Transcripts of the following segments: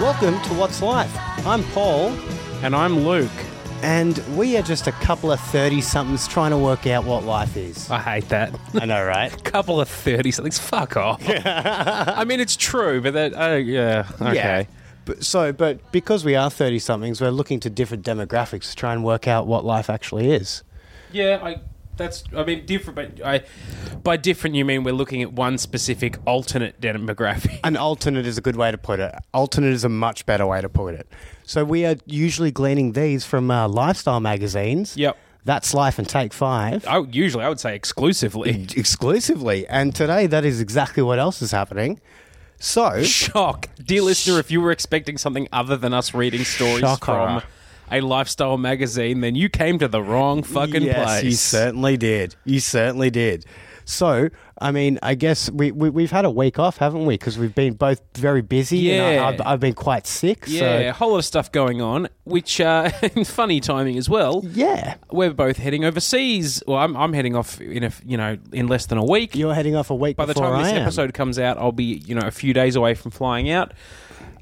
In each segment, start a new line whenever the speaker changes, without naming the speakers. Welcome to What's Life. I'm Paul,
And I'm Luke.
and we are just a couple of 30 somethings trying to work out what life is.
I hate that.
I know, right?
Couple of 30 somethings. Fuck off. I mean, it's true, but that, oh, yeah. Okay.
But, so, but because we are 30 somethings, we're looking to different demographics to try and work out what life actually is.
Yeah, I. That's. I mean, different. But I, by different, you mean we're looking at one specific alternate demographic.
An alternate is a good way to put it. Alternate is a much better way to put it. So, we are usually gleaning these from uh, lifestyle magazines.
Yep.
That's Life and Take Five.
I would- usually I would say exclusively.
Exclusively. And today, that is exactly what else is happening. So,
Shock, dear listener. If you were expecting something other than us reading stories
Shock
from
horror.
a lifestyle magazine, then you came to the wrong fucking
yes,
place.
you certainly did. You certainly did. So, I mean, I guess we, we we've had a week off, haven't we? Because we've been both very busy. and
Yeah.
I, I've, I've been quite sick.
yeah, a
So,
whole lot of stuff going on, which uh, funny timing as well.
yeah.
we're both heading overseas. Well, I'm, I'm heading off in a f- you know in less than a week.
You're heading off a week
By the
before
time
I
this
am.
episode comes out, I'll be you know a few days away from flying out,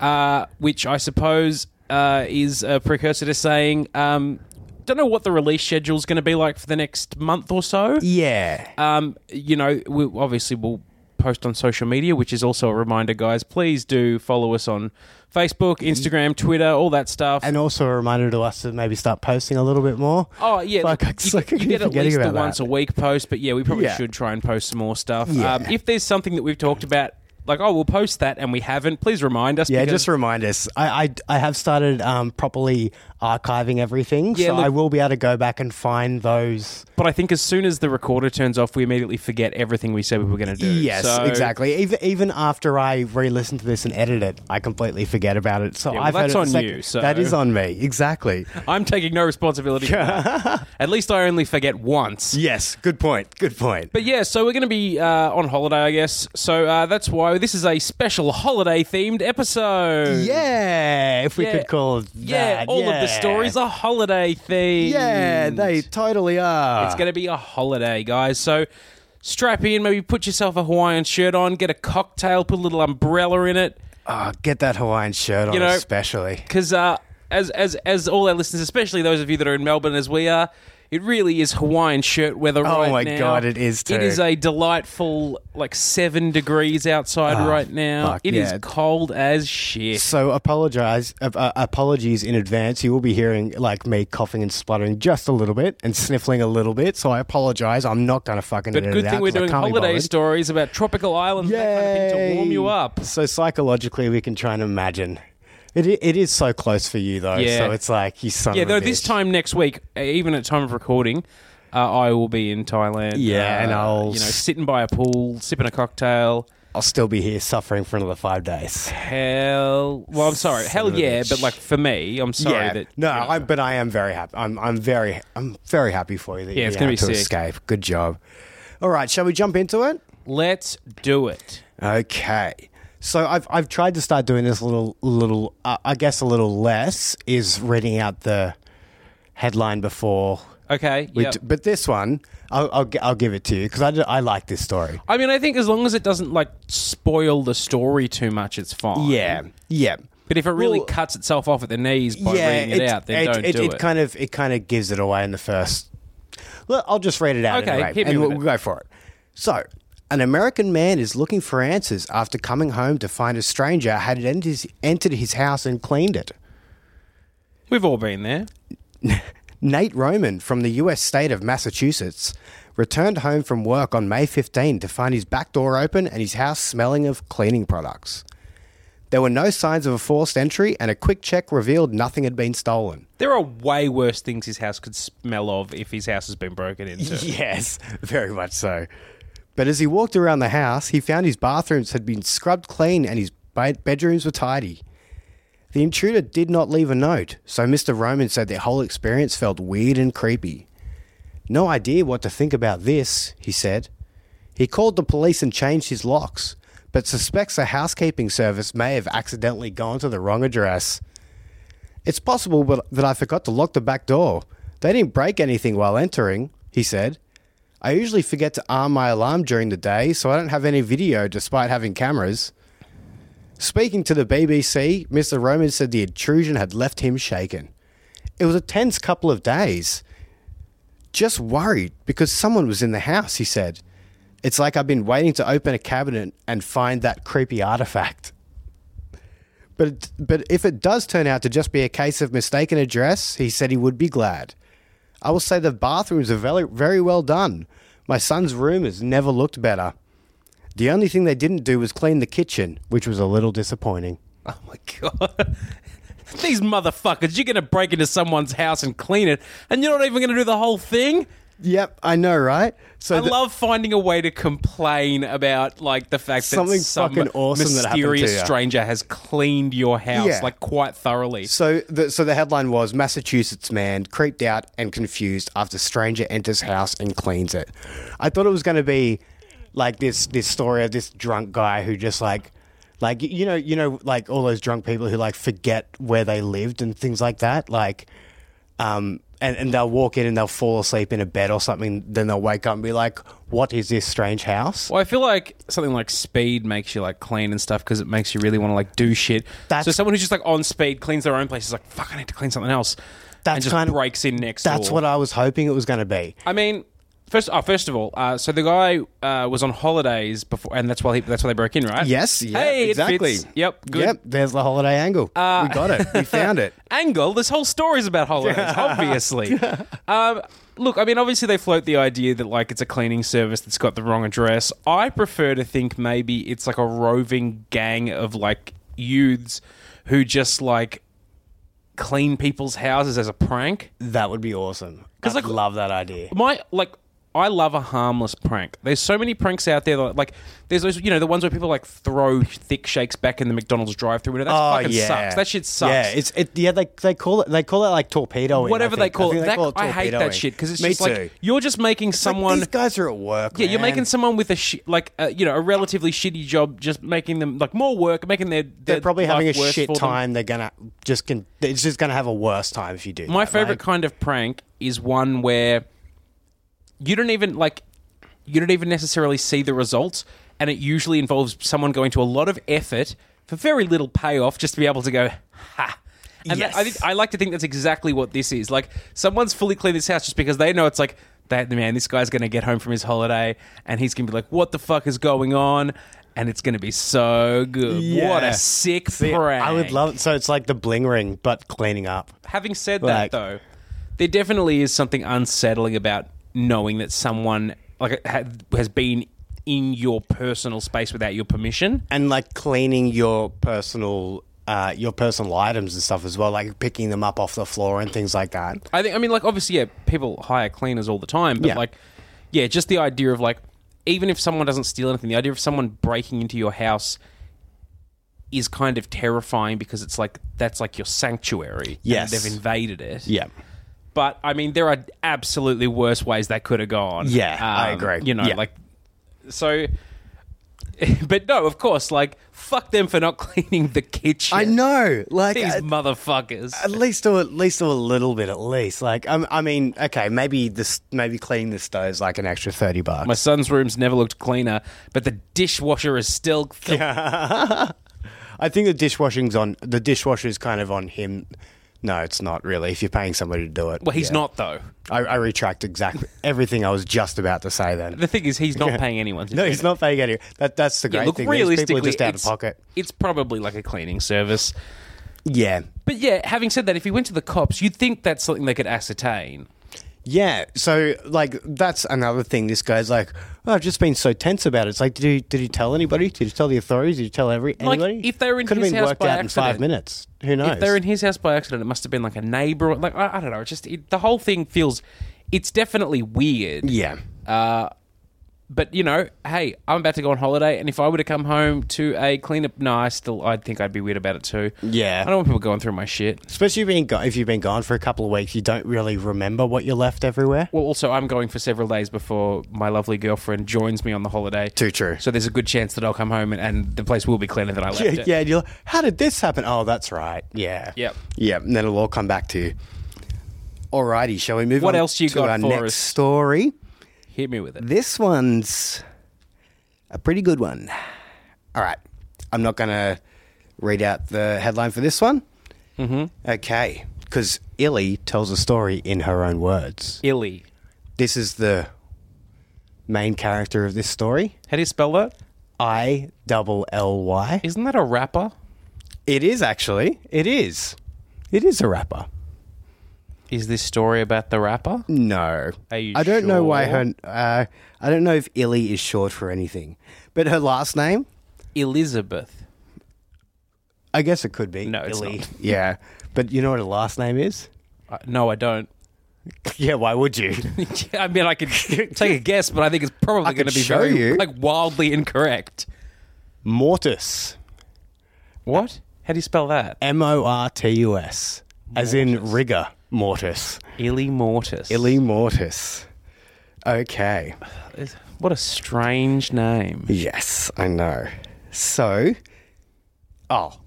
uh, which I suppose uh, is a precursor to saying. Um, don't know what the release schedule's going to be like for the next month or so.
Yeah.
Um, you know, we obviously we'll post on social media, which is also a reminder, guys. Please do follow us on Facebook, Instagram, Twitter, all that stuff.
And also a reminder to us to maybe start posting a little bit more.
Oh yeah,
Fuck, I
look, you,
keep
you get at
forgetting
least the
about that.
once a week post, but yeah, we probably
Yeah.
should try and post some more stuff.
Yeah.
Um, if there's something that we've talked about, like oh, we'll post that and we haven't, please remind us.
Yeah,
because-
just remind us. I I, I have started um, properly archiving everything,
Yeah,
so
look-
I will be able to go back and find those.
but I think as soon as the recorder turns off, we immediately forget everything we said we were going to do.
Yes,
So-
exactly. Even even after I re-listen to this and edit it, I completely forget about it. So
Yeah, well,
I've had
that's
it
on
sec-
you, so-
That is on me. Exactly.
I'm taking no responsibility. for that. At least I only forget once.
yes. Good point. Good point.
But yeah, so we're going to be uh, on holiday, I guess. So uh, that's why this is a special holiday themed episode.
yeah, if we
Yeah.
could call it
Yeah,
that,
all of the
yeah.
stories are holiday themed.
Yeah, they totally are.
It's going to be a holiday, guys. So strap in, maybe put yourself a Hawaiian shirt on, get a cocktail, put a little umbrella in it,
oh, get that Hawaiian shirt on,
You know-
especially.
because uh, as as as all our listeners, especially those of you that are in Melbourne, as we are. It really is Hawaiian shirt weather
Oh
right
my
now.
God, it is too.
It is a delightful, like seven degrees outside right now.
Ah, fuck,
It is
yeah.
cold as shit.
So apologize, uh, uh, apologies in advance. You will be hearing like me coughing and spluttering just a little bit and sniffling a little bit. So I apologize. I'm not going to fucking.
But
edit
good
it
thing
out
we're
'cause I
doing
can't be
holiday
bothered.
stories about tropical islands, and that kind of thing, to warm you
Yay.
up.
So psychologically, we can try and imagine. It, i- it is so close for you though,
Yeah.
so it's like you son
Yeah,
of a
though this
bitch.
time next week, uh, even at time of recording, uh, I will be in Thailand.
Yeah,
uh,
and I'll
you know
s-
sitting by a pool, sipping a cocktail.
I'll still be here suffering for another five days.
Hell, well, I'm sorry.
Son
Hell
of a
yeah,
bitch.
but like for me, I'm sorry
yeah,
that
no, I, but I am very happy. I'm I'm very I'm very happy for you that
Yeah,
you're
it's gonna
able to
be sick.
escape. Good job. All right, shall we jump into it?
Let's do it.
Okay. So I've I've tried to start doing this a little little uh, I guess a little less is reading out the headline before.
Okay.
We
yep.
d- but this one I'll, I'll gi- I'll give it to you because I, d- I like this story.
I mean, I think as long as it doesn't like spoil the story too much, it's fine.
Yeah, yeah,
But if it really
Well-
cuts itself off at the knees by
yeah.
reading it, out, then don't
it,
do it.
kind of it kind of gives it away in the first. Well, I'll just read it out
Okay,
anyway,
hit me
and
with
we'll, we'll
it.
go for it. So, an American man is looking for answers after coming home to find a stranger had entered his, entered his house and cleaned it.
We've all been there.
Nate Roman from the US state of Massachusetts returned home from work on May 15 to find his back door open and his house smelling of cleaning products. There were no signs of a forced entry, and a quick check revealed nothing had been stolen.
There are way worse things his house could smell of if his house has been broken into.
Yes, very much so. But as he walked around the house, he found his bathrooms had been scrubbed clean and his bed- bedrooms were tidy. The intruder did not leave a note, so Mr. Roman said the whole experience felt weird and creepy. No idea what to think about this, he said. He called the police and changed his locks, but suspects a housekeeping service may have accidentally gone to the wrong address. It's possible but- that I forgot to lock the back door. They didn't break anything while entering, he said. I usually forget to arm my alarm during the day, so I don't have any video despite having cameras. Speaking to the BBC, Mr. Roman said the intrusion had left him shaken. It was a tense couple of days. Just worried because someone was in the house, he said. It's like I've been waiting to open a cabinet and find that creepy artifact. But, it, but if it does turn out to just be a case of mistaken address, he said he would be glad. I will say the bathrooms are very, very well done. My son's room has never looked better. The only thing they didn't do was clean the kitchen, which was a little disappointing.
Oh my god. These motherfuckers, you're going to break into someone's house and clean it, and you're not even going to do the whole thing?
Yep, I know, right? So
I
the-
love finding a way to complain about like the fact
Something
that some
fucking awesome that happened to
mysterious
you.
stranger has cleaned your house
Yeah.
like quite thoroughly.
So the so the headline was Massachusetts man creeped out and confused after stranger enters house and cleans it. I thought it was going to be like this this story of this drunk guy who just like like you know you know like all those drunk people who like forget where they lived and things like that like um and, and they'll walk in and they'll fall asleep in a bed or something then they'll wake up and be like what is this strange house
Well, I feel like something like speed makes you like clean and stuff because it makes you really want to like do shit.
That's-
so someone who's just like on speed cleans their own place is like, fuck, I need to clean something else.
That's
and just
kind of-
breaks in next.
that's
door.
what I was hoping it was going to be
I mean, first, oh, first of all, uh, so the guy uh, was on holidays before, and that's why he, that's why they broke in, right?
Yes, yeah,
Hey, it
exactly.
fits. Yep, good. Uh,
Yep, there's the holiday angle. we got it. We found it.
Angle. This whole story's about holidays, obviously. um, look, I mean, obviously they float the idea that like it's a cleaning service that's got the wrong address. I prefer to think maybe it's like a roving gang of like youths who just like clean people's houses as a prank.
That would be awesome. I
like-
love that idea.
my like I love a harmless prank. There's so many pranks out there. That, like, there's those, you know, the ones where people like throw thick shakes back in the McDonald's drive-through window. That
Oh
fucking
yeah,
sucks. That shit sucks.
Yeah, it's it. Yeah, they they call it they call it like torpedoing.
Whatever
I
they
think. I
call
think
it,
they
that,
call it
I hate
torpedoing.
that shit because it's
Me
just
too.
like you're just making
Like,
someone.
these guys are at work.
yeah, you're
man.
making someone with a shi- like uh, you know a relatively shitty job, just making them like more work, making their, their
They're probably having a
life worse
shit
for them.
time. They're gonna just can. It's just gonna have a worse time if you do.
My
that,
favorite
Like,
kind of prank is one where you don't even like you don't even necessarily see the results, and it usually involves someone going to a lot of effort for very little payoff just to be able to go ha. And that- I,
Yes.
think- I like to think that's exactly what this is. Like someone's fully cleaned this house just because they know it's like that man. This guy's going to get home from his holiday, and he's going to be like, "What the fuck is going on?" And it's going to be so good. What
Yeah.
a sick
see,
prank!
I would love. So it's like the bling ring, but cleaning up.
Having said
Like-
that, though, there definitely is something unsettling about knowing that someone like ha- has been in your personal space without your permission.
and like cleaning your personal uh, your personal items and stuff as well, like picking them up off the floor and things like that.
I think. I mean, like obviously, yeah, people hire cleaners all the time, but
Yeah.
like, yeah, just the idea of like, even if someone doesn't steal anything, the idea of someone breaking into your house is kind of terrifying because it's like that's like your sanctuary. and
Yes.
they've invaded it.
Yeah,
But I mean, there are absolutely worse ways that could have gone. Um,
Yeah, I agree.
You know,
Yeah.
like so. But no, of course, like fuck them for not cleaning the kitchen.
I know. Like
these
at,
motherfuckers.
at least do at least do a little bit at least. Like um, I mean, okay, maybe this maybe cleaning the stove is like an extra thirty bucks.
My son's room's never looked cleaner, but the dishwasher is still.
I think the dishwashing's on the dishwasher's kind of on him. No, it's not really. If you're paying somebody to do it,
Well, he's
Yeah.
not though.
I, I retract exactly everything I was just about to say. Then
The thing is, he's not paying anyone.
no, he's not paying any. That that's the great
Yeah, look,
thing. These people
realistically,
are just out of
it's-
pocket.
It's probably like a cleaning service.
Yeah,
But yeah, having said that, if he went to the cops, you'd think that's something they could ascertain.
Yeah, so like that's another thing. This guy's like, oh, I've just been so tense about it. It's like, did he did he tell anybody? Did he tell the authorities? Did he tell every anybody?
if they were in
could
his
have been
house
worked
by
out in five
accident.
minutes. Who knows?
If they're in his house by accident, it must have been like a neighbor. Like I, I don't know. It's just it, the whole thing feels. It's definitely weird.
yeah,
Uh, but you know, hey, I'm about to go on holiday, and if I were to come home to a cleanup, no, I still, I think I'd be weird about it too.
Yeah.
I don't want people going through my shit.
Especially being go- if you've been gone for a couple of weeks, you don't really remember what you left everywhere.
Well, also, I'm going for several days before my lovely girlfriend joins me on the holiday.
Too true.
So there's a good chance that I'll come home and, and the place will be cleaner than I left
yeah,
it.
yeah. and You're like, how did this happen? Oh, that's right. Yeah.
Yep.
Yeah, and then it'll all come back to you. Alrighty, shall we move
What
on
else you
to
got
our
for
next
us?
story?
Hit me with it.
This one's a pretty good one. All right. I'm not going to read out the headline for this one. Mm-hmm. Okay. Because Illy tells a story in her own words.
Illy.
This is the main character of this story
How do you spell that?
I double L Y.
Isn't that a rapper?
It is actually. It is. It is a rapper.
Is this story about the rapper?
No.
Are you
I don't know why her.
sure?
Uh, I don't know if Illy is short for anything. But her last name,
Elizabeth.
I guess it could be.
No, it's
Illy.
not.
Yeah. But you know what her last name is?
Uh, no, I don't.
Yeah, why would you?
I mean, I could take a guess, but I think it's probably
could
going to be
show
very
you.
like wildly incorrect.
Mortus.
What? How do you spell that?
M O R T U S. As in rigor mortis.
Illy Mortis.
Illy mortis. Okay.
Is- What a strange name.
Yes, I know. So, oh,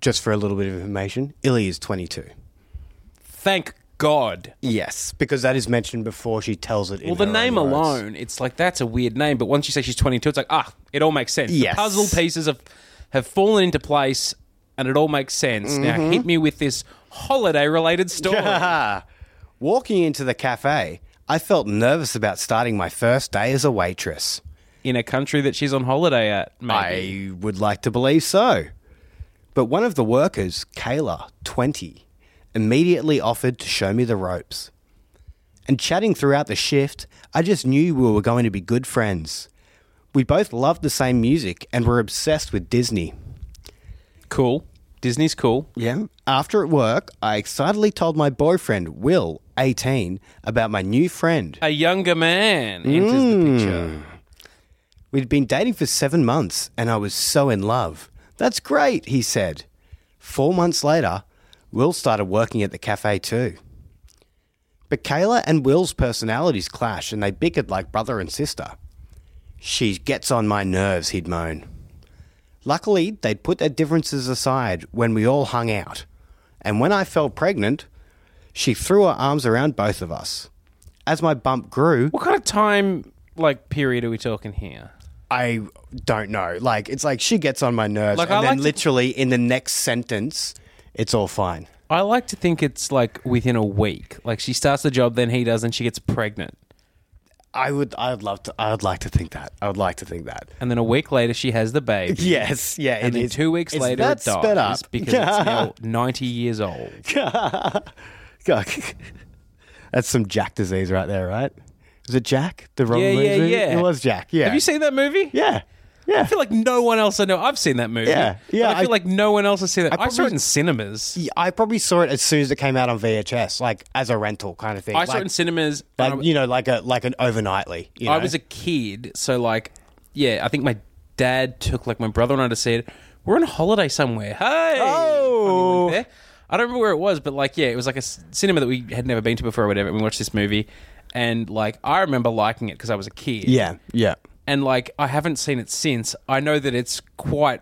just for a little bit of information, Illy is 22.
Thank God.
Yes, because that is mentioned before she tells it.
Well, the name alone, it's like that's a weird name. But once you say she's 22, it's like ah, it all makes sense.
Yes.
The puzzle pieces have have fallen into place, and it all makes sense. Now hit me with this holiday-related story.
Walking into the cafe, I felt nervous about starting my first day as a waitress.
in a country that she's on holiday at. Maybe.
I would like to believe so. But one of the workers, Kayla, 20, immediately offered to show me the ropes. And chatting throughout the shift, I just knew we were going to be good friends. We both loved the same music and were obsessed with Disney.
cool. Disney's cool.
Yeah. After at work, I excitedly told my boyfriend, Will, 18, about my new friend.
A younger man enters the
Mm.
picture.
We'd been dating for seven months and I was so in love. That's great, he said. Four months later, Will started working at the cafe too. But Kayla and Will's personalities clash and they bickered like brother and sister. She gets on my nerves, he'd moan. Luckily, they'd put their differences aside when we all hung out. And when I fell pregnant, she threw her arms around both of us. As my bump grew,
What kind of time like period are we talking here?
I don't know. Like it's like she gets on my nerves,
Like,
and
I
then
like to-
literally in the next sentence, it's all fine.
I like to think it's like within a week. Like she starts the job, then he does, and she gets pregnant.
I would, I would love to, I would like to think that. I would like to think that.
And then a week later, she has the baby.
Yes, yeah.
And
it
then
is-
two weeks
it's
later,
that
it dies
sped up
because it's now 90 years old.
Yuck. That's some Jack disease right there, right? Was it Jack? The Robin
Yeah,
Williams
yeah,
movie?
yeah.
It was Jack. Yeah.
Have you seen that movie?
Yeah, yeah.
I feel like no one else I know. I've seen that movie.
Yeah, yeah,
But I feel
I-
like no one else has seen that. I, saw it
probably-
in cinemas.
Yeah, I probably saw it as soon as it came out on VHS, like as a rental kind of thing.
I
like,
saw it in cinemas. and I-
like, you know, like a like an overnightly. You know?
I was a kid, so like, yeah, I think my dad took like my brother and I to see it. We're on holiday somewhere. Hey,
Oh.
Funny link there. eh? I don't remember where it was, but like, yeah, it was like a s- cinema that we had never been to before or whatever. And we watched this movie, and like, I remember liking it because I was a kid.
yeah, yeah.
and like, I haven't seen it since. I know that it's quite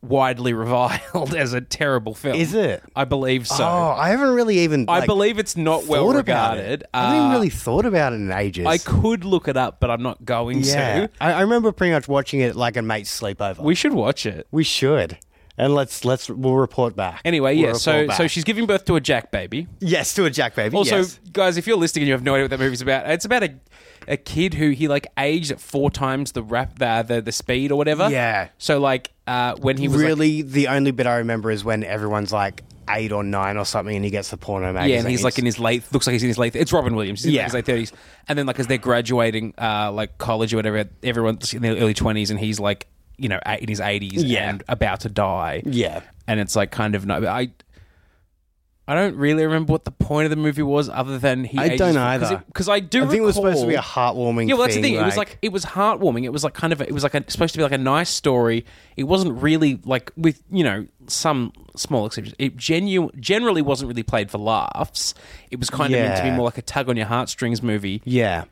widely reviled as a terrible film.
Is it?
I believe so.
Oh, I haven't really even.
I
like,
believe it's not well
thought about
regarded.
it. I haven't even
Uh,
really thought about it in ages.
I could look it up, but I'm not going
yeah,
to.
I, I remember pretty much watching it at, like a mate's sleepover.
We should watch it.
we should, and let's let's we'll report back.
Anyway,
We'll
yeah. So,
report back.
so she's giving birth to a Jack baby.
yes to a Jack baby.
Also,
yes.
guys, if you're listening and you have no idea what that movie's about, it's about a, a kid who he like aged at four times the rap the the, the speed or whatever.
Yeah.
So like uh, when he was like-
really, the only bit I remember is when everyone's like eight or nine or something, and he gets the porno magazine.
yeah, and he's like in his late looks like he's in his late. It's Robin Williams. He's
Yeah.
in his late thirties, and then like as they're graduating, uh, like college or whatever, everyone's in their early twenties, and he's like you know eight- in his eighties
Yeah.
and about to die.
yeah,
and it's like kind of no. I I I don't really remember what the point of the movie was, other than he.
I don't either.
Because I do.
I think it was supposed to be a
recall-
heartwarming.
Yeah, well, that's
thing,
the thing. it was like it was heartwarming. It was like kind of a, it was like a, supposed to be like a nice story. It wasn't really like with you know some small exceptions. It genu- generally wasn't really played for laughs. It was kind of meant to be
Yeah.
more like a tug on your heartstrings movie,
yeah,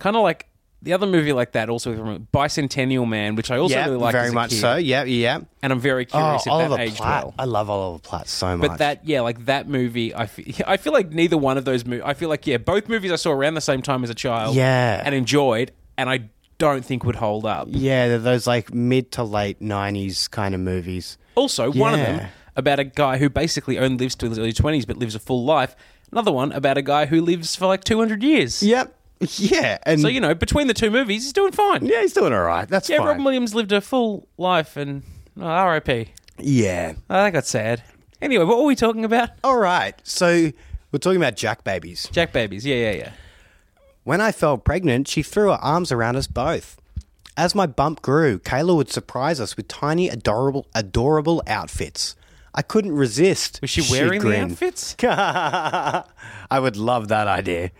kind of like the other movie like that. Also, from Bicentennial Man, which I also
yeah,
really liked
very
as a
much
kid,
so. Yeah, yeah.
and I'm very
Oh,
curious if
Oliver
that aged
Platt.
well.
I love Oliver Platt so much.
But that, yeah, like that movie, I feel, I feel like neither one of those movies. I feel like yeah, both movies I saw around the same time as a child,
Yeah.
and enjoyed, and I don't think would hold up.
yeah, they're those like mid to late '90s kind of movies.
Also, one of
Yeah.
them about a guy who basically only lives to his early twenties, but lives a full life. Another one about a guy who lives for like two hundred years.
Yep. Yeah, and
So you know, between the two movies, he's doing fine.
yeah, he's doing all right. That's
Yeah,
fine.
Robin Williams lived a full life, and oh, R.I.P.
yeah.
Oh, that got sad. Anyway, what were we talking about?
All right. So we're talking about Jack babies.
Jack babies. Yeah, yeah, yeah.
When I fell pregnant, she threw her arms around us both. As my bump grew, Kayla would surprise us with tiny, adorable, adorable outfits. I couldn't resist.
Was she wearing the
grin.
outfits?
I would love that idea.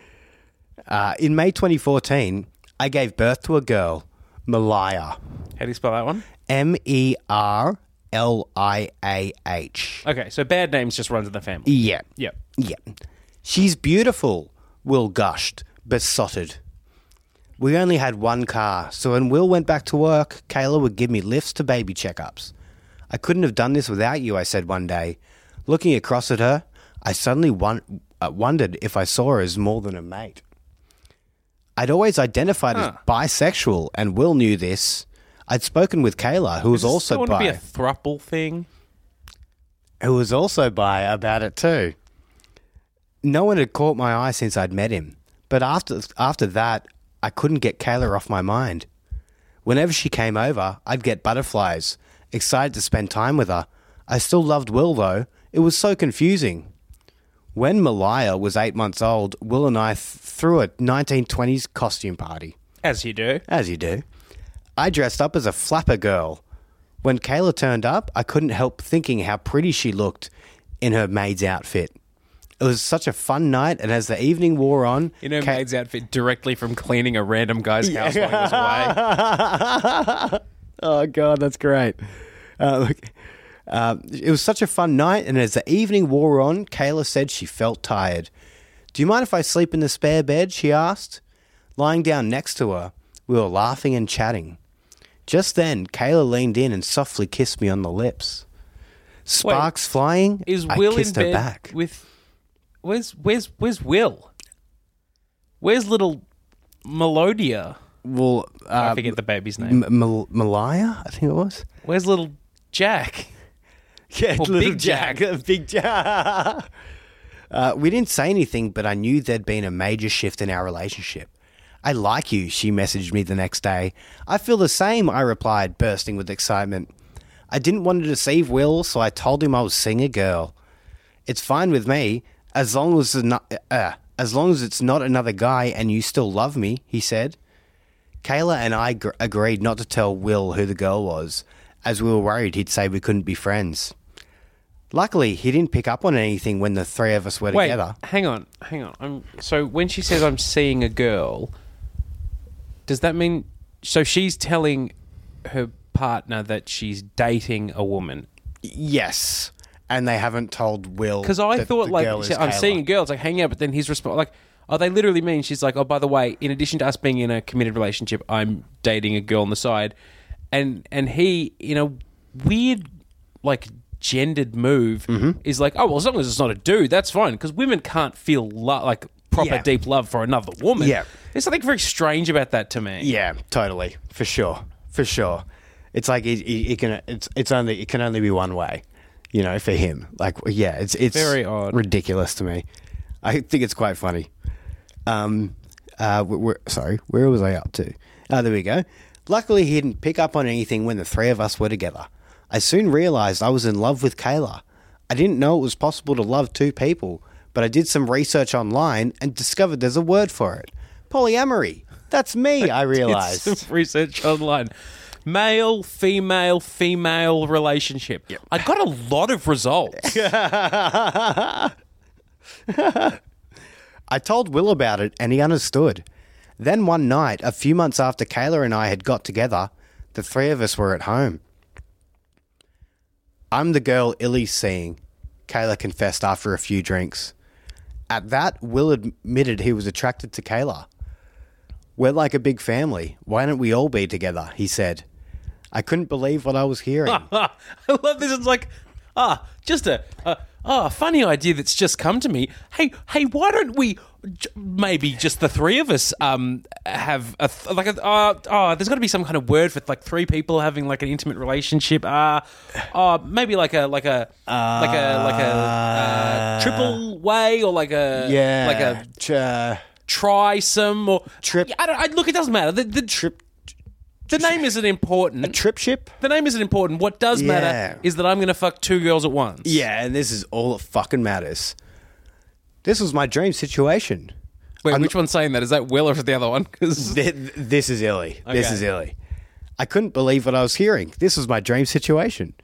Uh, in May 2014, I gave birth to a girl, Malaya.
How do you spell that one?
M E R L I A H.
Okay, so bad names just runs in the family.
Yeah.
Yep.
Yeah. She's beautiful, Will gushed, besotted. We only had one car, so when Will went back to work, Kayla would give me lifts to baby checkups. I couldn't have done this without you, I said one day. Looking across at her, I suddenly won- uh, wondered if I saw her as more than a mate. I'd always identified as bisexual, and Will knew this. I'd spoken with Kayla, who was also
want to
bi
be a thruple thing.
who was also by about it too. No one had caught my eye since I'd met him, but after after that, I couldn't get Kayla off my mind. Whenever she came over, I'd get butterflies, excited to spend time with her. I still loved Will though. It was so confusing. When Malaya was eight months old, Will and I th- threw a 1920s costume party.
As you do.
As you do. I dressed up as a flapper girl. When Kayla turned up, I couldn't help thinking how pretty she looked in her maid's outfit. It was such a fun night, and as the evening wore on,
You know,
Ka-
maid's outfit directly from cleaning a random guy's house while he was away.
oh god, that's great. Uh, look, um, it was such a fun night, and as the evening wore on, Kayla said she felt tired. Do you mind if I sleep in the spare bed? She asked. Lying down next to her, we were laughing and chatting. Just then, Kayla leaned in and softly kissed me on the lips. Sparks flying,
Is
I
Will in
kissed her
bed
back.
with? Where's Where's Where's Will? Where's little Melodia?
Well,
I
uh,
forget the baby's name.
M- Mal- Malaya, I think it was.
Where's little Jack?
Yeah,
Or
little
Big
Jack. Big Jack. uh, we didn't say anything, but I knew there'd been a major shift in our relationship. I like you, she messaged me the next day. I feel the same, I replied, bursting with excitement. I didn't want to deceive Will, so I told him I was seeing a girl. It's fine with me, as long as, it's not- uh, as long as it's not another guy and you still love me, he said. Kayla and I gr- agreed not to tell Will who the girl was, as we were worried he'd say we couldn't be friends. Luckily, he didn't pick up on anything when the three of us were
Wait,
together.
hang on, hang on. I'm, so when she says I'm seeing a girl, does that mean so she's telling her partner that she's dating a woman?
Yes, and they haven't told Will
Because I
that
thought
the
like
girl is
she- I'm
Kayla.
seeing a girl. It's like hanging out, but then his response like, oh, they literally mean she's like, oh, by the way, in addition to us being in a committed relationship, I'm dating a girl on the side, and and he in a weird like gendered move
Mm-hmm.
is like, oh well, as long as it's not a dude, that's fine because women can't feel lo- like proper
Yeah.
deep love for another woman.
Yeah.
there's something very strange about that to me.
Yeah, totally, for sure, for sure. It's like it, it, it can. It's it's only it can only be one way, you know, for him. Like yeah, it's it's
Very odd.
ridiculous to me. I think it's quite funny. Um, uh, we sorry, where was I up to? Oh, there we go. Luckily, he didn't pick up on anything when the three of us were together. I soon realized I was in love with Kayla. I didn't know it was possible to love two people, but I did some research online and discovered there's a word for it polyamory. That's me, I realized.
Did some research online. Male, female, female relationship. I got a lot of results.
I told Will about it and he understood. Then one night, a few months after Kayla and I had got together, the three of us were at home. I'm the girl Illy's seeing, Kayla confessed after a few drinks. At that, Will admitted he was attracted to Kayla. We're like a big family. Why don't we all be together? He said. I couldn't believe what I was hearing.
Ah, I love this. It's like, ah, just a, a ah, funny idea that's just come to me. Hey, hey, why don't we j- maybe just the three of us um have a th- like a uh, oh, there's got to be some kind of word for like three people having like an intimate relationship. Ah, uh, oh, maybe like a like a like a like a uh, triple way or like a
Ah. yeah.
like a
Ch- uh,
trisome or
Trip-
I don't. I, look, it doesn't matter. The, the
trip,
the name isn't important.
trip ship?
The name isn't important. What does
Yeah.
matter is that I'm going to fuck two girls at once.
Yeah, and this is all that fucking matters. This was my dream situation.
Wait, which one's saying that? Is that Will or is it the other one? 'Cause-
Th- th- This is illy. This
Okay.
is illy. I couldn't believe what I was hearing. This was my dream situation.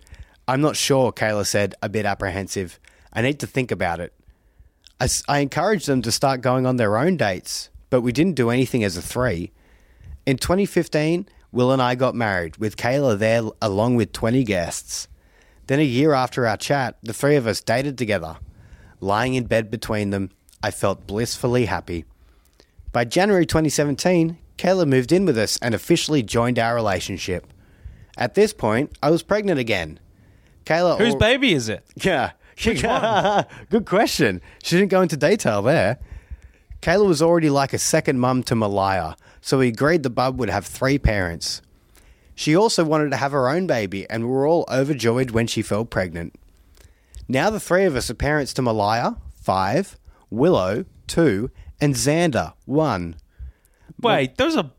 I'm not sure, Kayla said, a bit apprehensive. I need to think about it. I, s- I encouraged them to start going on their own dates, but we didn't do anything as a three. In 2015, Will and I got married, with Kayla there l- along with 20 guests. Then, a year after our chat, the three of us dated together. Lying in bed between them, I felt blissfully happy. By January 2017, Kayla moved in with us and officially joined our relationship. At this point, I was pregnant again. Kayla.
Whose
al-
baby is it?
yeah. Good question. She didn't go into detail there. Kayla was already like a second mum to Malaya, so we agreed the bub would have three parents. She also wanted to have her own baby, and we were all overjoyed when she fell pregnant. Now the three of us are parents to Malaya, five, Willow, two, and Xander, one.
Wait, those are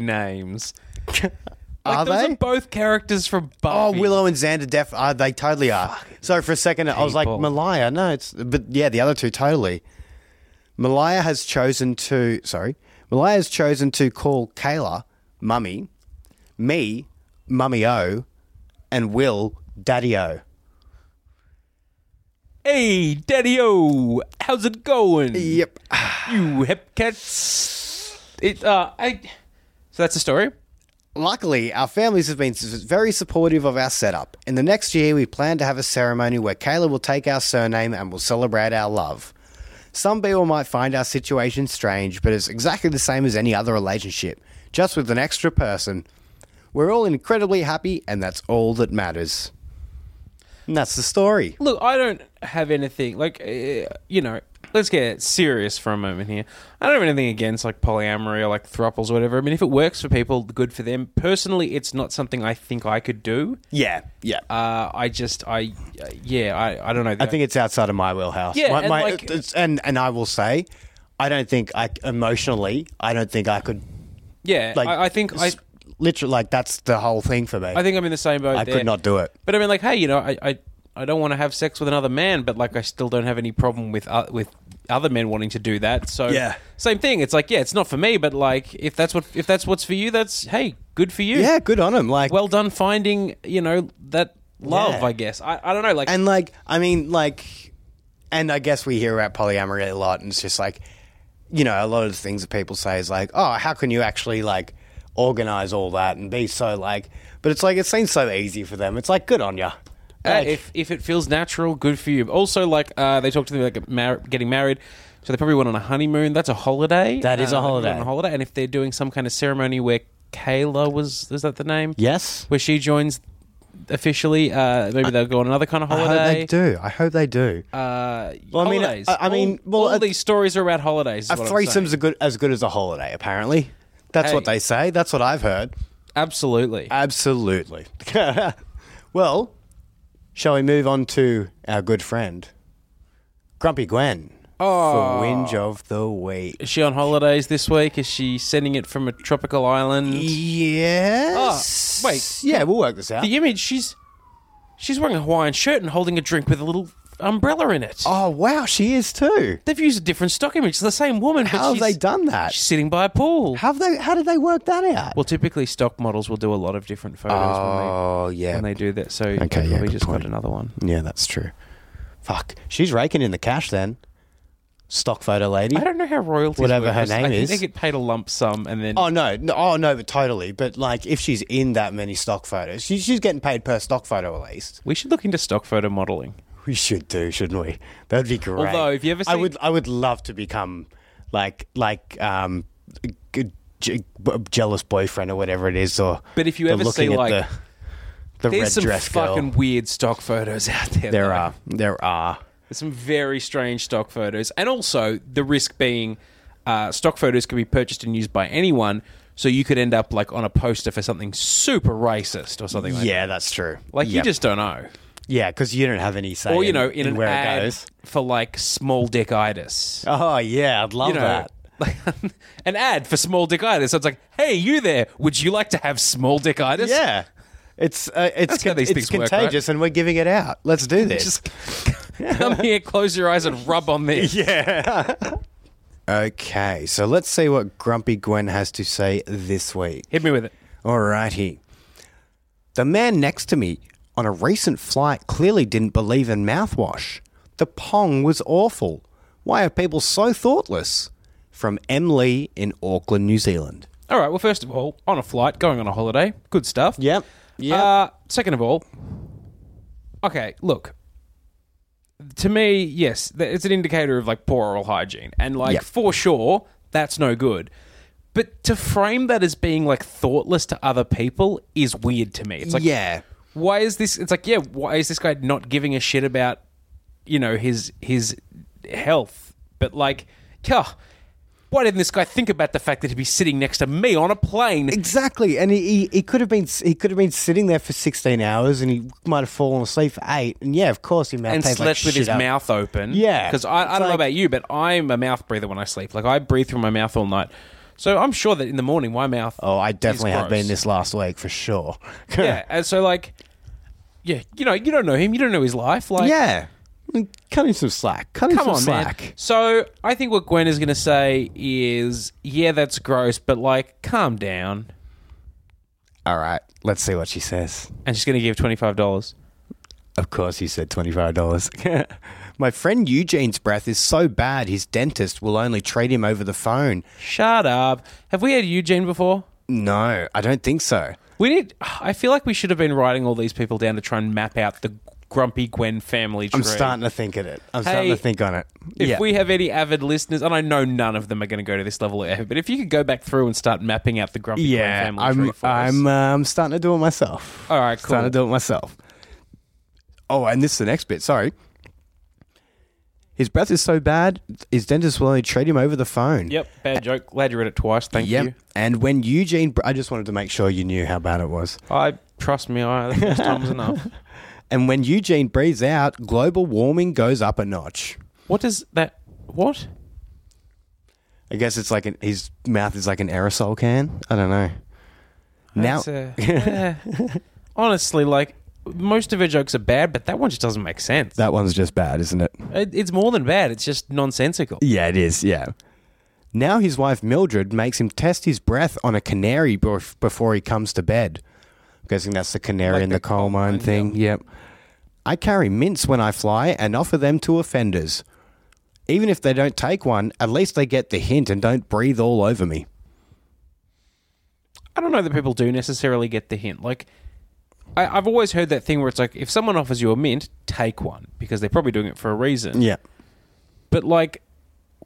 names. Like,
Are
those
they?
Are both characters from
Oh,
Buffy.
Willow and Xander, def- uh, they totally are. Sorry for a second, I was like
people.
Malaya. No, it's but yeah, the other two totally. Malaya has chosen to sorry, Malaya has chosen to call Kayla mummy, me mummy o, and Will daddy o.
Hey, Daddy O, how's it going?
Yep.
You hep cats. It, uh, I. So that's the story?
Luckily, our families have been s- very supportive of our setup. In the next year, we plan to have a ceremony where Kayla will take our surname and will celebrate our love. Some people might find our situation strange, but it's exactly the same as any other relationship, just with an extra person. We're all incredibly happy, and that's all that matters. And that's the story.
Look, I don't have anything like uh, you know. Let's get serious for a moment here. I don't have anything against like polyamory or like thruples or whatever. I mean, if it works for people, good for them. Personally, it's not something I think I could do.
Yeah, yeah.
Uh, I just, I, uh, yeah, I, I don't know.
I think it's outside of my wheelhouse.
Yeah,
My-
and
my-
like-
it's- and and I will say, I don't think I emotionally, I don't think I could
yeah,
like
I, I think I,
s- literally like that's the whole thing for me.
I think I'm in the same boat.
I
there.
could not do it.
But I mean, like, hey, you know, I, I, I don't want to have sex with another man, but like, I still don't have any problem with uh, with other men wanting to do that. So
Yeah.
same thing. It's like, yeah, it's not for me, but like, if that's what if that's what's for you, that's hey, good for you.
Yeah, good on him. Like
Well done finding you know that love.
Yeah.
I guess I, I don't know. Like,
and like I mean like and I guess we hear about polyamory a lot and it's just like you know, a lot of the things that people say is like, "Oh, how can you actually like organize all that and be so like?" But it's like it seems so easy for them. It's like good on you.
uh, if if it feels natural, good for you. Also, like, uh, they talked to me like mar- getting married. So they probably went on a honeymoon. That's a holiday.
That is a
they went
holiday.
On a holiday, and if they're doing some kind of ceremony where Kayla was, is that the name?
yes.
where she joins officially. Uh, maybe they'll go on another kind of
I hope they
holiday.
do. I hope they do.
Uh,
Well, I mean,
holidays.
I- I mean,
all,
well,
all
a-
these stories are about holidays. Is
a
what I'm
threesome's
saying.
a good, as good as a holiday, apparently. That's what
Hey.
they say. That's what I've heard.
absolutely.
Absolutely. well, shall we move on to our good friend, Grumpy Gwen,
Ah.
for Whinge of the Week?
Is she on holidays this week? Is she sending it from a tropical island?
Yes.
Oh, wait.
Ah, Yeah, we'll work this out.
The image she's she's wearing a Hawaiian shirt and holding a drink with a little umbrella in it.
oh, wow, she is too.
They've used a different stock image. It's the same woman. but
How have
she's-
they done that?
She's sitting by a pool.
How have they? How did they work that out?
well, typically stock models will do a lot of different photos
oh, yeah.
when, they, when they do that. So okay,
Okay, yeah,
probably
good
just
point.
got another one.
yeah, that's true. Fuck, she's raking in the cash then. stock photo lady.
I don't know how royalties
Whatever
work.
her
I
name
think
is.
They get paid a lump sum and then
Oh no, no, oh no, but totally. But like, if she's in that many stock photos, she, she's getting paid per stock photo at least.
we should look into stock photo modeling.
We should do, shouldn't we? That'd be great.
Although, have you ever
I
seen-
would, I would love to become like, like, um, g- j- b- jealous boyfriend or whatever it is, or.
But if you
the
ever see,
looking at
like,
the, the
There's
red
some
dress
fucking
girl,
weird stock photos out there.
there
though.
are, there are.
There's some very strange stock photos. And also, the risk being uh, stock photos can be purchased and used by anyone. So you could end up like on a poster for something super racist or something like that.
Yeah, that's true.
Like you
Yep.
just don't know.
yeah, because you don't have any say.
Or, you know, in, an
where
ad
it goes.
for like small dick itis.
Oh yeah, I'd love
you know,
that.
like an ad for small dick itis. So it's like, hey, you there, would you like to have small dick itis?
Yeah. It's uh, it's
That's how
con-
these
it's
things work, right?
contagious, and we're giving it out. Let's do this.
Just come here, close your eyes and rub on this.
Yeah. okay, so let's see what Grumpy Gwen has to say this week.
Hit me with it.
Alrighty. The man next to me on a recent flight clearly didn't believe in mouthwash. The pong was awful. Why are people so thoughtless? From M. Lee in Auckland, New Zealand.
All right. Well, first of all, on a flight, going on a holiday, good stuff.
Yep. Yep.
Uh, second of all, okay, look. To me, yes, th- it's an indicator of like poor oral hygiene, and like
Yep.
for sure, that's no good. But to frame that as being like thoughtless to other people is weird to me. It's like,
yeah.
why is this? It's like, yeah, why is this guy not giving a shit about, you know, his his health? But like, yeah, why didn't this guy think about the fact that he'd be sitting next to me on a plane?
Exactly, and he, he, he could have been he could have been sitting there for sixteen hours, and he might have fallen asleep for eight. And yeah, of course, he might
and
taste
slept
like
with
shit
his
up.
mouth open.
Yeah.
because I, I
It's
don't know
like-
about you, but I'm a mouth breather when I sleep. Like I breathe through my mouth all night, so I'm sure that in the morning my mouth.
Oh, I definitely
is
have been
gross.
this last week for sure.
yeah, and so like, yeah, you know, you don't know him, you don't know his life. Like,
yeah. mm, Cut him some slack. Cut him
come
some
on,
slack.
man. So I think what Gwen is going to say is, yeah, that's gross, but like, calm down.
All right, let's see what she says.
And she's going to give twenty five dollars.
Of course, he said twenty-five dollars. My friend Eugene's breath is so bad, his dentist will only treat him over the phone.
Shut up. Have we had Eugene before?
No, I don't think so.
We need. I feel like we should have been writing all these people down to try and map out the grumpy Gwen family tree.
I'm starting to think at it. I'm starting
Hey,
to think on it.
If
yeah.
we have any avid listeners, and I know none of them are going to go to this level of effort, but if you could go back through and start mapping out the grumpy Grey
Yeah,
family tree
I'm
for us.
I'm uh, I'm starting to do it myself.
All right, cool.
Starting to do it myself. Oh, and this is the next bit. Sorry. His breath is so bad, his dentist will only treat him over the phone.
Yep, bad joke. Glad you read it twice. Thank
Yep.
you.
And when Eugene, I just wanted to make sure you knew how bad it was.
I trust me. I the first time was enough.
And when Eugene breathes out, global warming goes up a notch.
What does that? What?
I guess it's like an, his mouth is like an aerosol can. I don't know. Now,
That's, uh, yeah. honestly, like most of her jokes are bad, but that one just doesn't make sense.
that one's just bad, isn't it?
It- it's more than bad. It's just nonsensical.
Yeah, it is. Yeah. Now his wife Mildred makes him test his breath on a canary bef- before he comes to bed. I'm guessing that's the canary
Like
in
the
the coal
coal
mine
mine,
thing. Yep. I carry mints when I fly and offer them to offenders. Even if they don't take one, at least they get the hint and don't breathe all over me.
I don't know that people do necessarily get the hint. Like, I, I've always heard that thing where it's like, if someone offers you a mint, take one because they're probably doing it for a reason.
Yeah.
But like,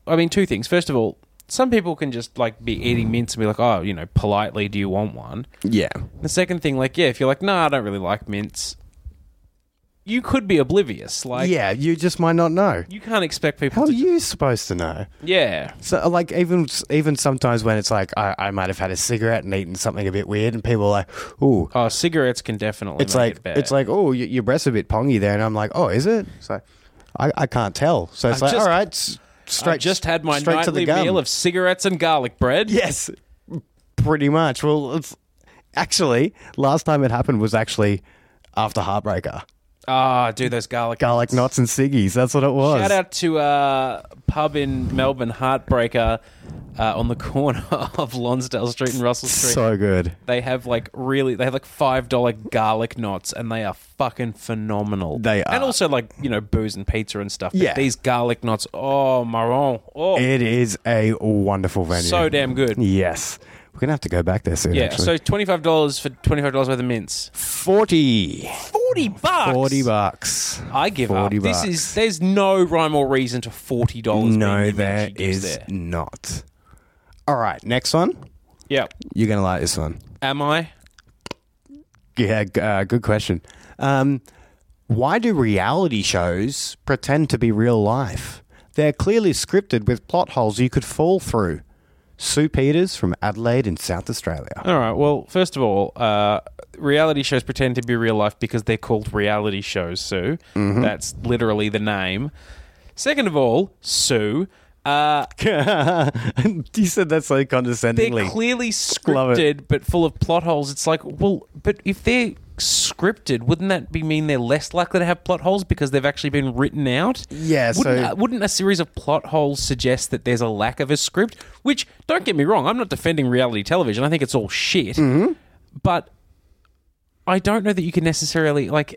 I mean, two things. First of all, some people can just like be eating mints and be like, oh, you know, politely, do you want one?
Yeah.
The second thing, like, yeah, if you're like, nah, I don't really like mints, you could be oblivious. Like,
yeah, you just might not know.
you can't expect
How
people.
are
to...
you supposed to know?
Yeah.
So, uh, like, even even sometimes when it's like I, I might have had a cigarette and eaten something a bit weird, and people are like, "Ooh,
Oh, cigarettes can definitely.
it's
make
like
it bad.
it's like oh y- your breath's a bit pongy there and i'm like oh is it it's like i, I can't tell so it's
I've
like
just-
all right s- straight
I just had my
straight to
nightly
the gum.
meal of cigarettes and garlic bread.
yes pretty much well it's actually last time it happened was actually after heartbreaker
Ah, dude, those garlic
Garlic knots and ciggies. That's what it was.
Shout out to uh, pub in Melbourne, Heartbreaker, uh, on the corner of Lonsdale Street and Russell Street.
So good.
They have like really, they have like five dollar garlic knots, and they are fucking phenomenal.
They
and
are.
also like you know booze and pizza and stuff. But
Yeah.
these garlic knots, oh marron, oh
It is a wonderful venue.
so damn good. Yeah,
Yes. We're going to have to go back there soon, actually.
so twenty five dollars for twenty five dollars worth of mints,
40.
forty bucks,
40 bucks.
I give
40
up.
bucks.
This is there's no rhyme or reason to forty dollars.
No, there is not. All right, next one.
Yeah,
You're going to like this one.
am I?
Yeah, g- uh, good question. Um, why do reality shows pretend to be real life? They're clearly scripted with plot holes you could fall through. Sue Peters from Adelaide in South Australia.
All right. Well, first of all, uh, reality shows pretend to be real life because they're called reality shows, Sue. That's literally the name. Second of all, Sue, uh,
you said that so
they're
condescendingly.
clearly
Love it.
scripted but full of plot holes. It's like, well, but if they're scripted, wouldn't that be mean they're less likely to have plot holes because they've actually been written out?
Yeah,
Wouldn't,
so-
uh, wouldn't a series of plot holes suggest that there's a lack of a script? Which, don't get me wrong, I'm not defending reality television. I think it's all shit.
Mm-hmm.
But I don't know that you can necessarily like.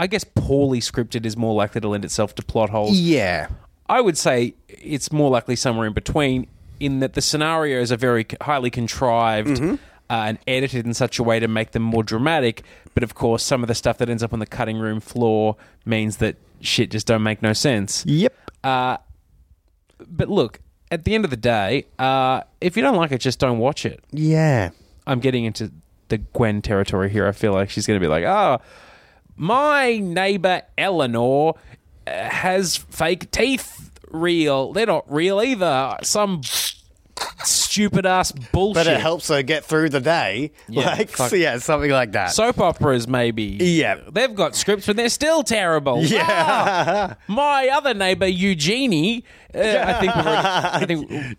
I guess poorly scripted is more likely to lend itself to plot holes.
yeah.
I would say it's more likely somewhere in between, in that the scenarios are very c- highly contrived uh, and edited in such a way to make them more dramatic. But of course, some of the stuff that ends up on the cutting room floor means that shit just don't make no sense.
Yep.
But look, at the end of the day, uh, if you don't like it, just don't watch it.
Yeah.
I'm getting into the Gwen territory here. I feel like she's going to be like, oh, my neighbor Eleanor uh, has fake teeth. Real. They're not real either. Some stupid ass bullshit.
But it helps her get through the day.
Yeah,
like,
fuck.
yeah, something like that.
Soap operas, maybe.
Yeah.
They've got scripts, but they're still terrible.
Yeah.
Ah, my other neighbor, Eugenie. Uh, I think we've already. I think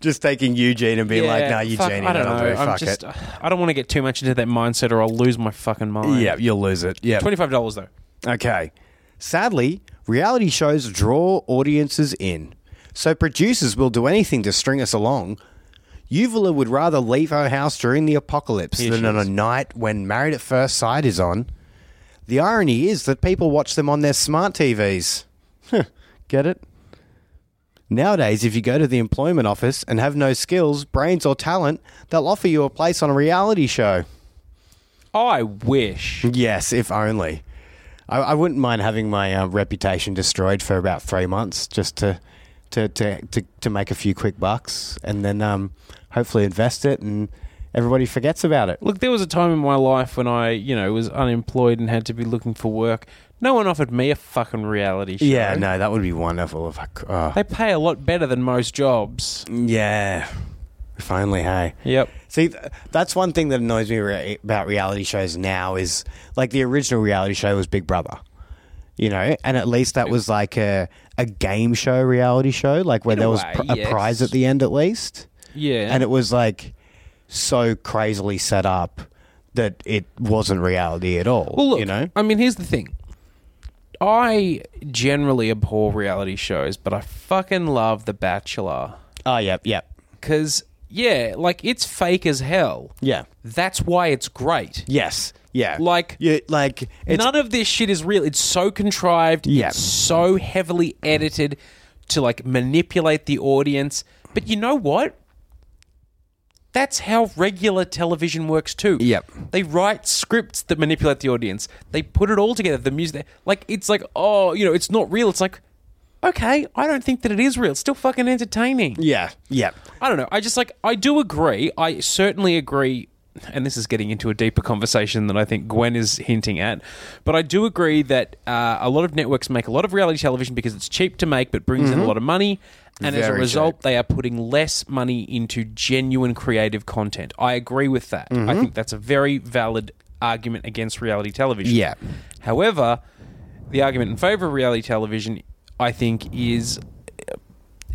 just taking Eugene and being like, nah,
fuck,
Eugenie,
I don't
that'll
know.
do.
I'm
Fuck
just,
it.
I don't want to get too much into that mindset or I'll lose my fucking mind.
Yeah, you'll lose it. Yeah.
$25 though.
Okay. Sadly, reality shows draw audiences in, so producers will do anything to string us along. Uvula would rather leave her house during the apocalypse
Here
than
she
on a
is.
night when Married at First Sight is on. The irony is that people watch them on their smart TVs. Get it? Nowadays, if you go to the employment office and have no skills, brains, or talent, they'll offer you a place on a reality show.
I wish.
Yes, if only. I, I wouldn't mind having my uh, reputation destroyed for about three months just to to, to, to to make a few quick bucks and then um, hopefully invest it and everybody forgets about it.
Look, there was a time in my life when I, you know, was unemployed and had to be looking for work. No one offered me a fucking reality show.
Yeah, no, that would be wonderful. If I, c- oh,
They pay a lot better than most jobs.
yeah, if only. Hey,
Yep.
See, th- that's one thing that annoys me re- about reality shows now is like the original reality show was Big Brother, you know, and at least that was like a a game show reality show, like where
In a
there was
way,
pr-
yes.
a prize at the end at least,
Yeah.
and it was like so crazily set up that it wasn't reality at all.
well, look,
you know,
I mean, here's the thing. I generally abhor reality shows, but I fucking love The Bachelor.
oh yep, yep,
Because, yeah, like, it's fake as hell.
yeah,
That's why it's great.
yes, yeah,
Like-
you, like it's
None of this shit is real. It's so contrived.
Yeah.
It's so heavily edited to like manipulate the audience. But you know what? That's how regular television works too.
Yep.
They write scripts that manipulate the audience. They put it all together. The music, like it's like, oh, you know, it's not real. It's like, okay, I don't think that it is real. It's still fucking entertaining.
yeah, yeah,
I don't know. I just like I do agree. I certainly agree, and this is getting into a deeper conversation that I think Gwen is hinting at. But I do agree that uh, a lot of networks make a lot of reality television because it's cheap to make, but brings in a lot of money. And as a
Very
result, they are putting less money into genuine creative content. I agree with that. I think that's a very valid argument against reality television.
Yeah.
However, the argument in favor of reality television, I think, is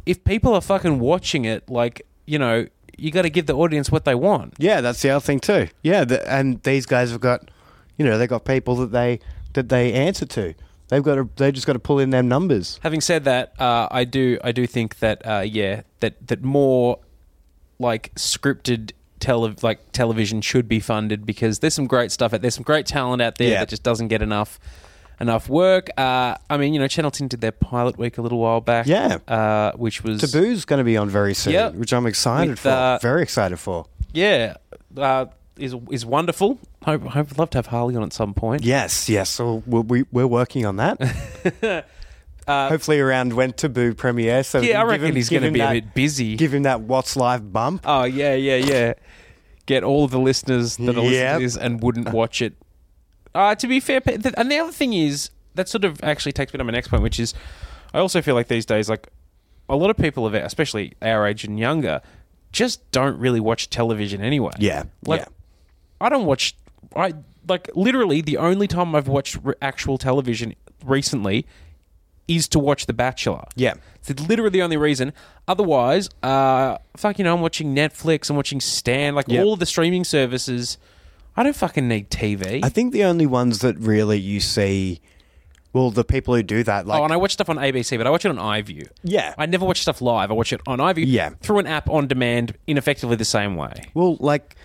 if people are fucking watching it, like, you know, you got to give the audience what they want.
Yeah, that's the other thing too. Yeah, the, and these guys have got, you know, they got people that they that they answer to, They've got to. They just got to pull in their numbers.
Having said that, uh, I do I do think that uh, yeah that that more like scripted tele- like television should be funded because there's some great stuff out there's some great talent out there
Yeah.
that just doesn't get enough enough work. Uh, I mean, you know, Channel Ten did their pilot week a little while back.
Yeah.
uh, which was
Taboo's going to be on very soon,
Yep.
which I'm excited
With,
for.
uh,
very excited for.
yeah uh, is is wonderful. Hope hope love to have Harley on at some point.
Yes, yes. So we're, we, we're working on that. Hopefully around when Taboo premieres. So we
Uh, Yeah, I
can give
reckon
him-
he's
give
going to
him
be
that-
a bit busy.
Give him that What's Live bump.
Oh yeah, yeah, yeah. Get all the listeners that are listening
Yep.
to this and wouldn't watch it. Uh, to be fair, pa- th- and the other thing is that sort of actually takes me to my next point, which is I also feel like these days, like a lot of people of, our- especially our age and younger, just don't really watch television anyway.
Yeah,
like
yeah.
I don't watch. I like literally the only time I've watched re- actual television recently is to watch The Bachelor.
Yeah.
It's literally the only reason. Otherwise, uh, fuck, you know, I'm watching Netflix, I'm watching Stan, like
Yep.
all of the streaming services. I don't fucking need TV.
I think the only ones that really you see, well, the people who do that, like,
oh, and I watch stuff on ABC, but I watch it on iView.
Yeah.
I never watch stuff live. I watch it on iView
Yeah.
through an app on demand in effectively the same way.
well, like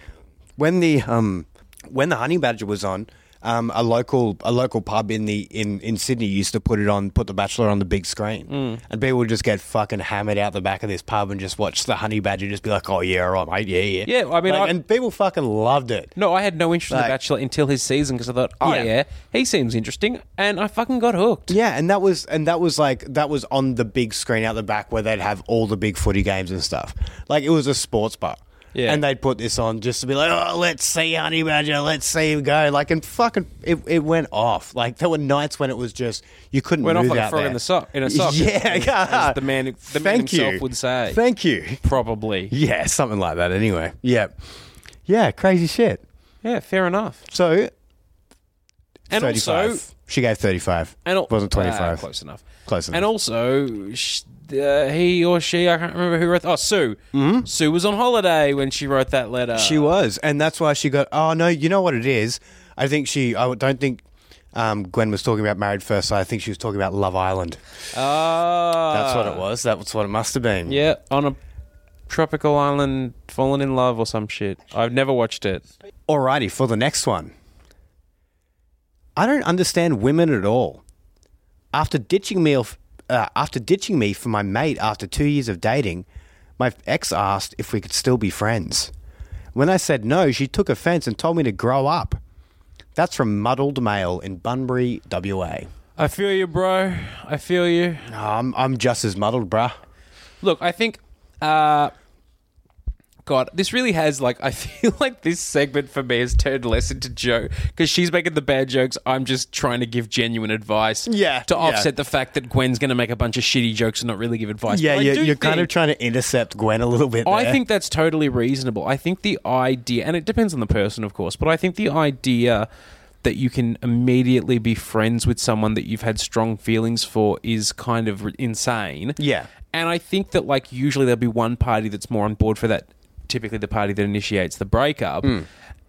when the um when the Honey Badger was on. Um, a local a local pub in the in, in Sydney used to put it on put the Bachelor on the big screen,
Mm.
and people would just get fucking hammered out the back of this pub and just watch the Honey Badger, just be like, oh yeah, all right, mate, yeah, yeah,
Yeah, I mean,
Like,
I-
and people fucking loved it.
No, I had no interest in The
Like-
Bachelor until his season because I thought, oh, yeah.
Yeah.
he seems interesting. And I fucking got hooked.
Yeah, and that was and that was like that was on the big screen out the back where they'd have all the big footy games and stuff. Like it was a sports bar.
Yeah.
And they'd put this on just to be like, oh, let's see Honey Badger, let's see him go. Like, and fucking, it, it went off. Like, there were nights when it was just, you couldn't
Went off
move
like a
out
frog
there.
in the sock- in a sock,
Yeah,
as- as the man- the man
Thank
himself
you.
would say.
Thank you.
Probably.
Yeah, something like that anyway. Yeah. Yeah, crazy shit.
Yeah, fair enough.
So,
And
35.
also,
she gave 35.
and al-
wasn't
Ah,
25.
close enough.
Close
And
enough.
also, sh- uh, he or she, I can't remember who wrote. oh, Sue. Sue was on holiday when she wrote that letter.
Mm-hmm. She was, and that's why she got. Oh no, you know what it is. I think she. I don't think um, Gwen was talking about Married First Sight. I think she was talking about Love Island.
Ah,
That's what it was. That's what it must have been.
Yeah, on a tropical island, fallen in love or some shit. I've never watched it.
Alrighty, for the next one. I don't understand women at all. After ditching me, of- uh, after ditching me for my mate after two years of dating, my ex asked if we could still be friends. When I said no, she took offence and told me to grow up. That's from Muddled Mail in Bunbury, WA.
I feel you, bro. I feel you.
I'm Um, I'm just as muddled, bruh.
Look, I think. Uh, God, this really has like I feel like this segment for me has turned less into joke because she's making the bad jokes. I'm just trying to give genuine advice.
Yeah,
To
yeah.
offset the fact that Gwen's going to make a bunch of shitty jokes and not really give advice.
Yeah,
But I
you're,
do
you're kind of
think-
trying to intercept Gwen a little bit.
I
there.
think that's totally reasonable. I think the idea, and it depends on the person, of course, but I think the idea that you can immediately be friends with someone that you've had strong feelings for is kind of r- insane.
Yeah.
And I think that, like, usually there'll be one party that's more on board for that, typically the party that initiates the breakup.
Hmm.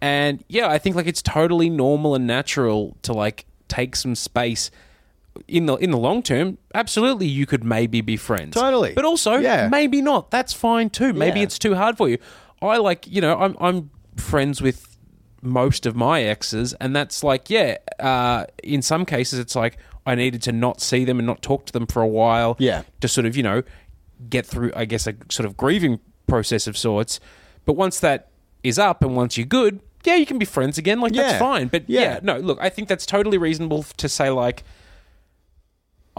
And yeah, I think, like, it's totally normal and natural to, like, take some space. In the in the long term, absolutely, you could maybe be friends.
Totally.
but also
Yeah.
maybe not. That's fine too. Maybe
Yeah.
it's too hard for you. I like, you know, I'm I'm friends with most of my exes, and that's like, yeah. Uh, in some cases, it's like I needed to not see them and not talk to them for a while.
Yeah.
to sort of you know get through, I guess, a sort of grieving process of sorts. But once that is up, and once you're good, yeah, you can be friends again. Like that's
Yeah.
fine. But
Yeah.
yeah, no, look, I think that's totally reasonable f- to say like.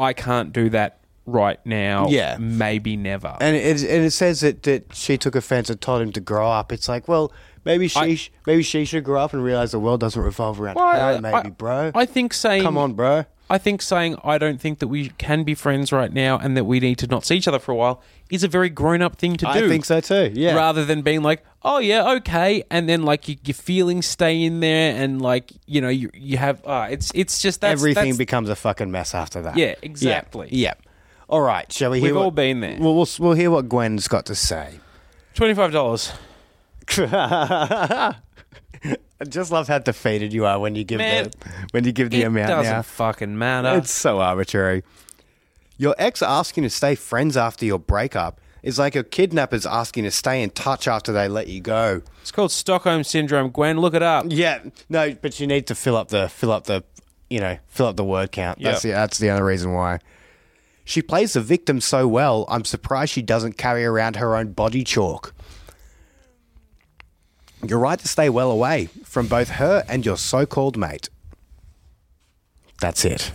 I can't do that right now.
Yeah.
Maybe never.
and it and it says that, that she took offense and told him to grow up. It's like, well, maybe she
I-
sh- maybe she should grow up and realize the world doesn't revolve around
Well,
her. Maybe, bro.
I think saying
Come on, bro.
I think saying I don't think that we can be friends right now and that we need to not see each other for a while is a very grown up thing to do.
I think so too. Yeah.
Rather than being like, oh yeah, okay, and then like you, your feelings stay in there, and like you know you you have uh, it's it's just that's,
Everything
that's-
becomes a fucking mess after that.
Yeah, exactly.
Yeah. All right. Shall we hear?
We've all
what-
been there.
Well, we'll s- we'll hear what Gwen's got to say.
twenty five dollars.
I just love how defeated you are when you give
Man,
the when you give the
it
amount
doesn't
now.
fucking matter.
It's so arbitrary. Your ex asking to stay friends after your breakup is like your kidnappers asking to stay in touch after they let you go.
It's called Stockholm syndrome. Gwen, look it up.
Yeah, no, but you need to fill up the fill up the you know fill up the word count. That's
Yep.
the that's the only reason why. She plays the victim so well. I'm surprised she doesn't carry around her own body chalk. You're right to stay well away from both her and your so-called mate. That's it.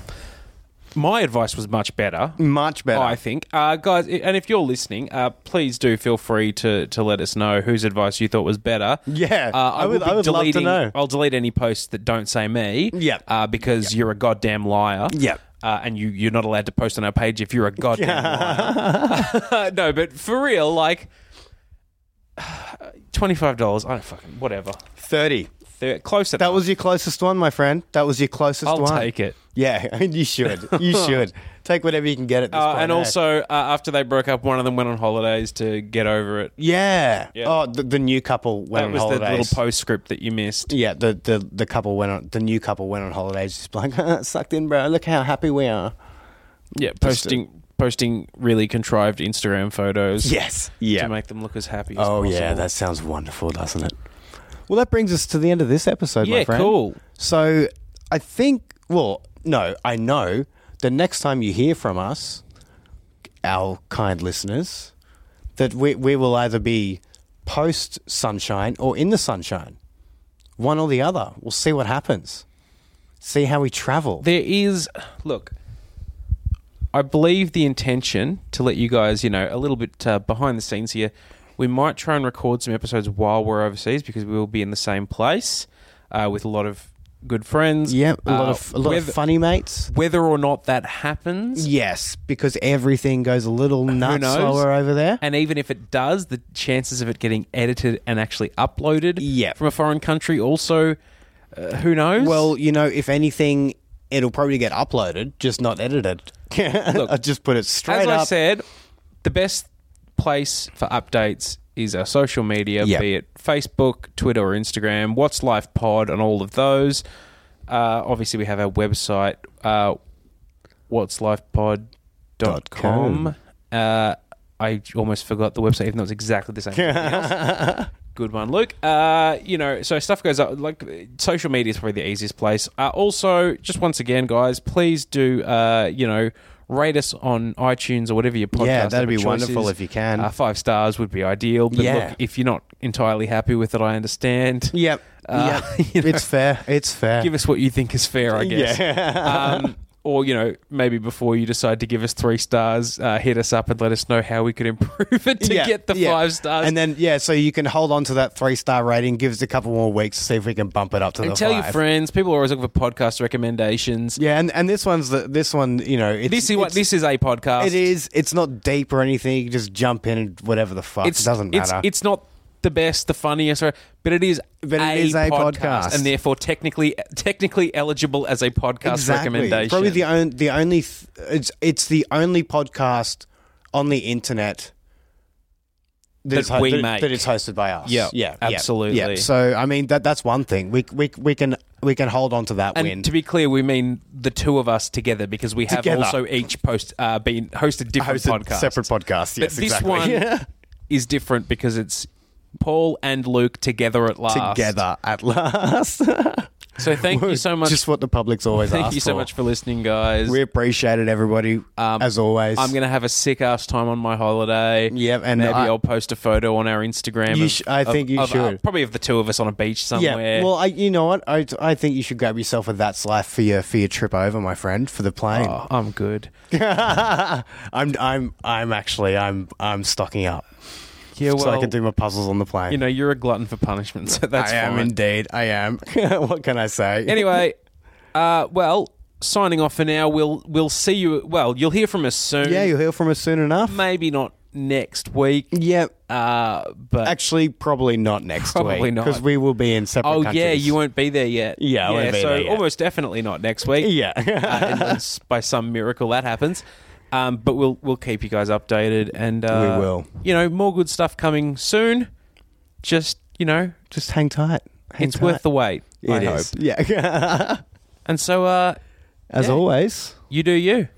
My advice was much better.
Much better.
I think, uh, guys, i- and if you're listening, uh, please do feel free to, to let us know whose advice you thought was better.
Yeah,
uh, I,
I
will
would-
be
I would love to
deleting,
know.
I'll delete any posts that don't say me.
Yeah.
uh, because you're a goddamn liar.
Yeah.
uh, and you you're not allowed to post on our page if you're a goddamn liar. no, but for real, like twenty five dollars. I don't fucking whatever.
Thirty.
They're close enough.
That was your closest one, my friend. That was your closest
I'll
one.
take it.
Yeah, I mean, you should. You should take whatever you can get at this
Uh,
point.
and
eh?
also, uh, after they broke up, one of them went on holidays to get over it.
yeah.
Yeah.
Oh, the, the new couple went
That
on
was the
holidays.
little postscript that you missed.
yeah, the, the the couple went on. The new couple went on holidays. Just like sucked in, bro. Look how happy we are.
Yeah, posting posting really contrived Instagram photos.
Yes.
To
Yeah.
make them look as happy as
oh
possible.
yeah, that sounds wonderful, doesn't it? Well, that brings us to the end of this episode,
Yeah,
my friend.
cool.
So I think, well, no, I know the next time you hear from us, our kind listeners, that we, we will either be post sunshine or in the sunshine. One or the other. We'll see what happens. See how we travel.
There is look. I believe the intention to let you guys, you know, a little bit uh, behind the scenes here. We might try and record some episodes while we're overseas because we will be in the same place uh, with a lot of good friends.
yeah, a lot
Uh,
of a lot
whether,
of funny mates.
whether or not that happens,
Yes, because everything goes a little nuts
knows?
slower over there.
And even if it does, the chances of it getting edited and actually uploaded
Yeah.
from a foreign country also, uh, who knows?
Well, you know, if anything, it'll probably get uploaded, just not edited. I'll just put it straight
as
up.
I said, the best place for updates is our social media,
Yeah.
be it Facebook, Twitter, or Instagram, What's Life Pod, and all of those. Uh, obviously, we have our website, uh,
Dot
what'slifepod.com.
com.
Uh, I almost forgot the website, even though it's exactly the same. as everything else. Good one, Luke. Uh, you know, so stuff goes up. Like social media is probably the easiest place. Uh, also, just once again, guys, please do uh, you know rate us on iTunes or whatever your podcast.
Yeah, that'd
app of
be
choice
wonderful
is.
if you can.
Uh, five stars would be ideal. But
Yeah.
look, if you're not entirely happy with it, I understand.
Yep.
Uh,
yep.
you know.
it's fair. It's fair.
Give us what you think is fair, I guess.
Yeah.
Um, or you know, maybe before you decide to give us three stars, uh, hit us up and let us know how we could improve it to
Yeah,
get the
yeah.
five stars.
And then, yeah, so you can hold on to that three star rating, give us a couple more weeks to see if we can bump it up to the
and tell
five.
your friends. People are always looking for podcast recommendations.
yeah, and, and this one's the, this one, you know, it's,
This is what
it's-
this is a podcast.
It is. It's not deep or anything. You can just jump in and whatever the fuck. it doesn't
it's-
matter.
It's, not the best, the funniest, or- but it is.
But it is a podcast.
and therefore technically technically eligible as a podcast recommendation.
Probably the only the only th- it's it's the only podcast on the internet that, is
That we
that,
make.
that is hosted by us.
Yeah,
yeah,
absolutely.
Yeah. So I mean that that's one thing we we we can we can hold on to that
and
win.
to be clear, we mean the two of us together because we have
Together.
also each post uh, been hosted different
Hosted
podcasts.
separate podcasts.
but
Yes,
this
exactly.
one is different because it's Paul and Luke together at last.
together at last.
So thank you so much.
Just what the public's always
thank
asked
you so
for.
much for listening, guys.
We appreciate it, everybody. as always,
I'm gonna have a sick ass time on my holiday.
Yep, and
maybe
I-
will post a photo on our Instagram.
You
of-
sh- I
of-
think you
of, uh,
should.
probably of the two of us on a beach
Yeah,
somewhere.
well, I, you know what? I, I think you should grab yourself a That's Life for your for your trip over, my friend, for the plane.
Oh, I'm good.
I'm I'm I'm actually I'm I'm stocking up
Yeah, well,
so I can do my puzzles on the plane.
you know, you're a glutton for punishment, so that's
I am
fine.
indeed. I am. what can I say?
anyway, uh, well, signing off for now. We'll we'll see you. Well, you'll hear from us soon.
yeah, you'll hear from us soon enough.
maybe not next week.
yeah,
Uh, but
actually, probably not next week.
Probably not.
because we will be in separate.
oh
countries.
yeah, you won't be there yet.
Yeah, I won't be
so
there yet.
almost definitely not next week.
Yeah,
uh, unless by some miracle that happens. Um, but we'll we'll keep you guys updated, and uh,
We will.
You know, more good stuff coming soon. Just you know,
just hang tight. Hang
it's
tight.
worth the wait.
It
I
is. Yeah.
hope. And so, uh,
As
Yeah.
always.
you do you.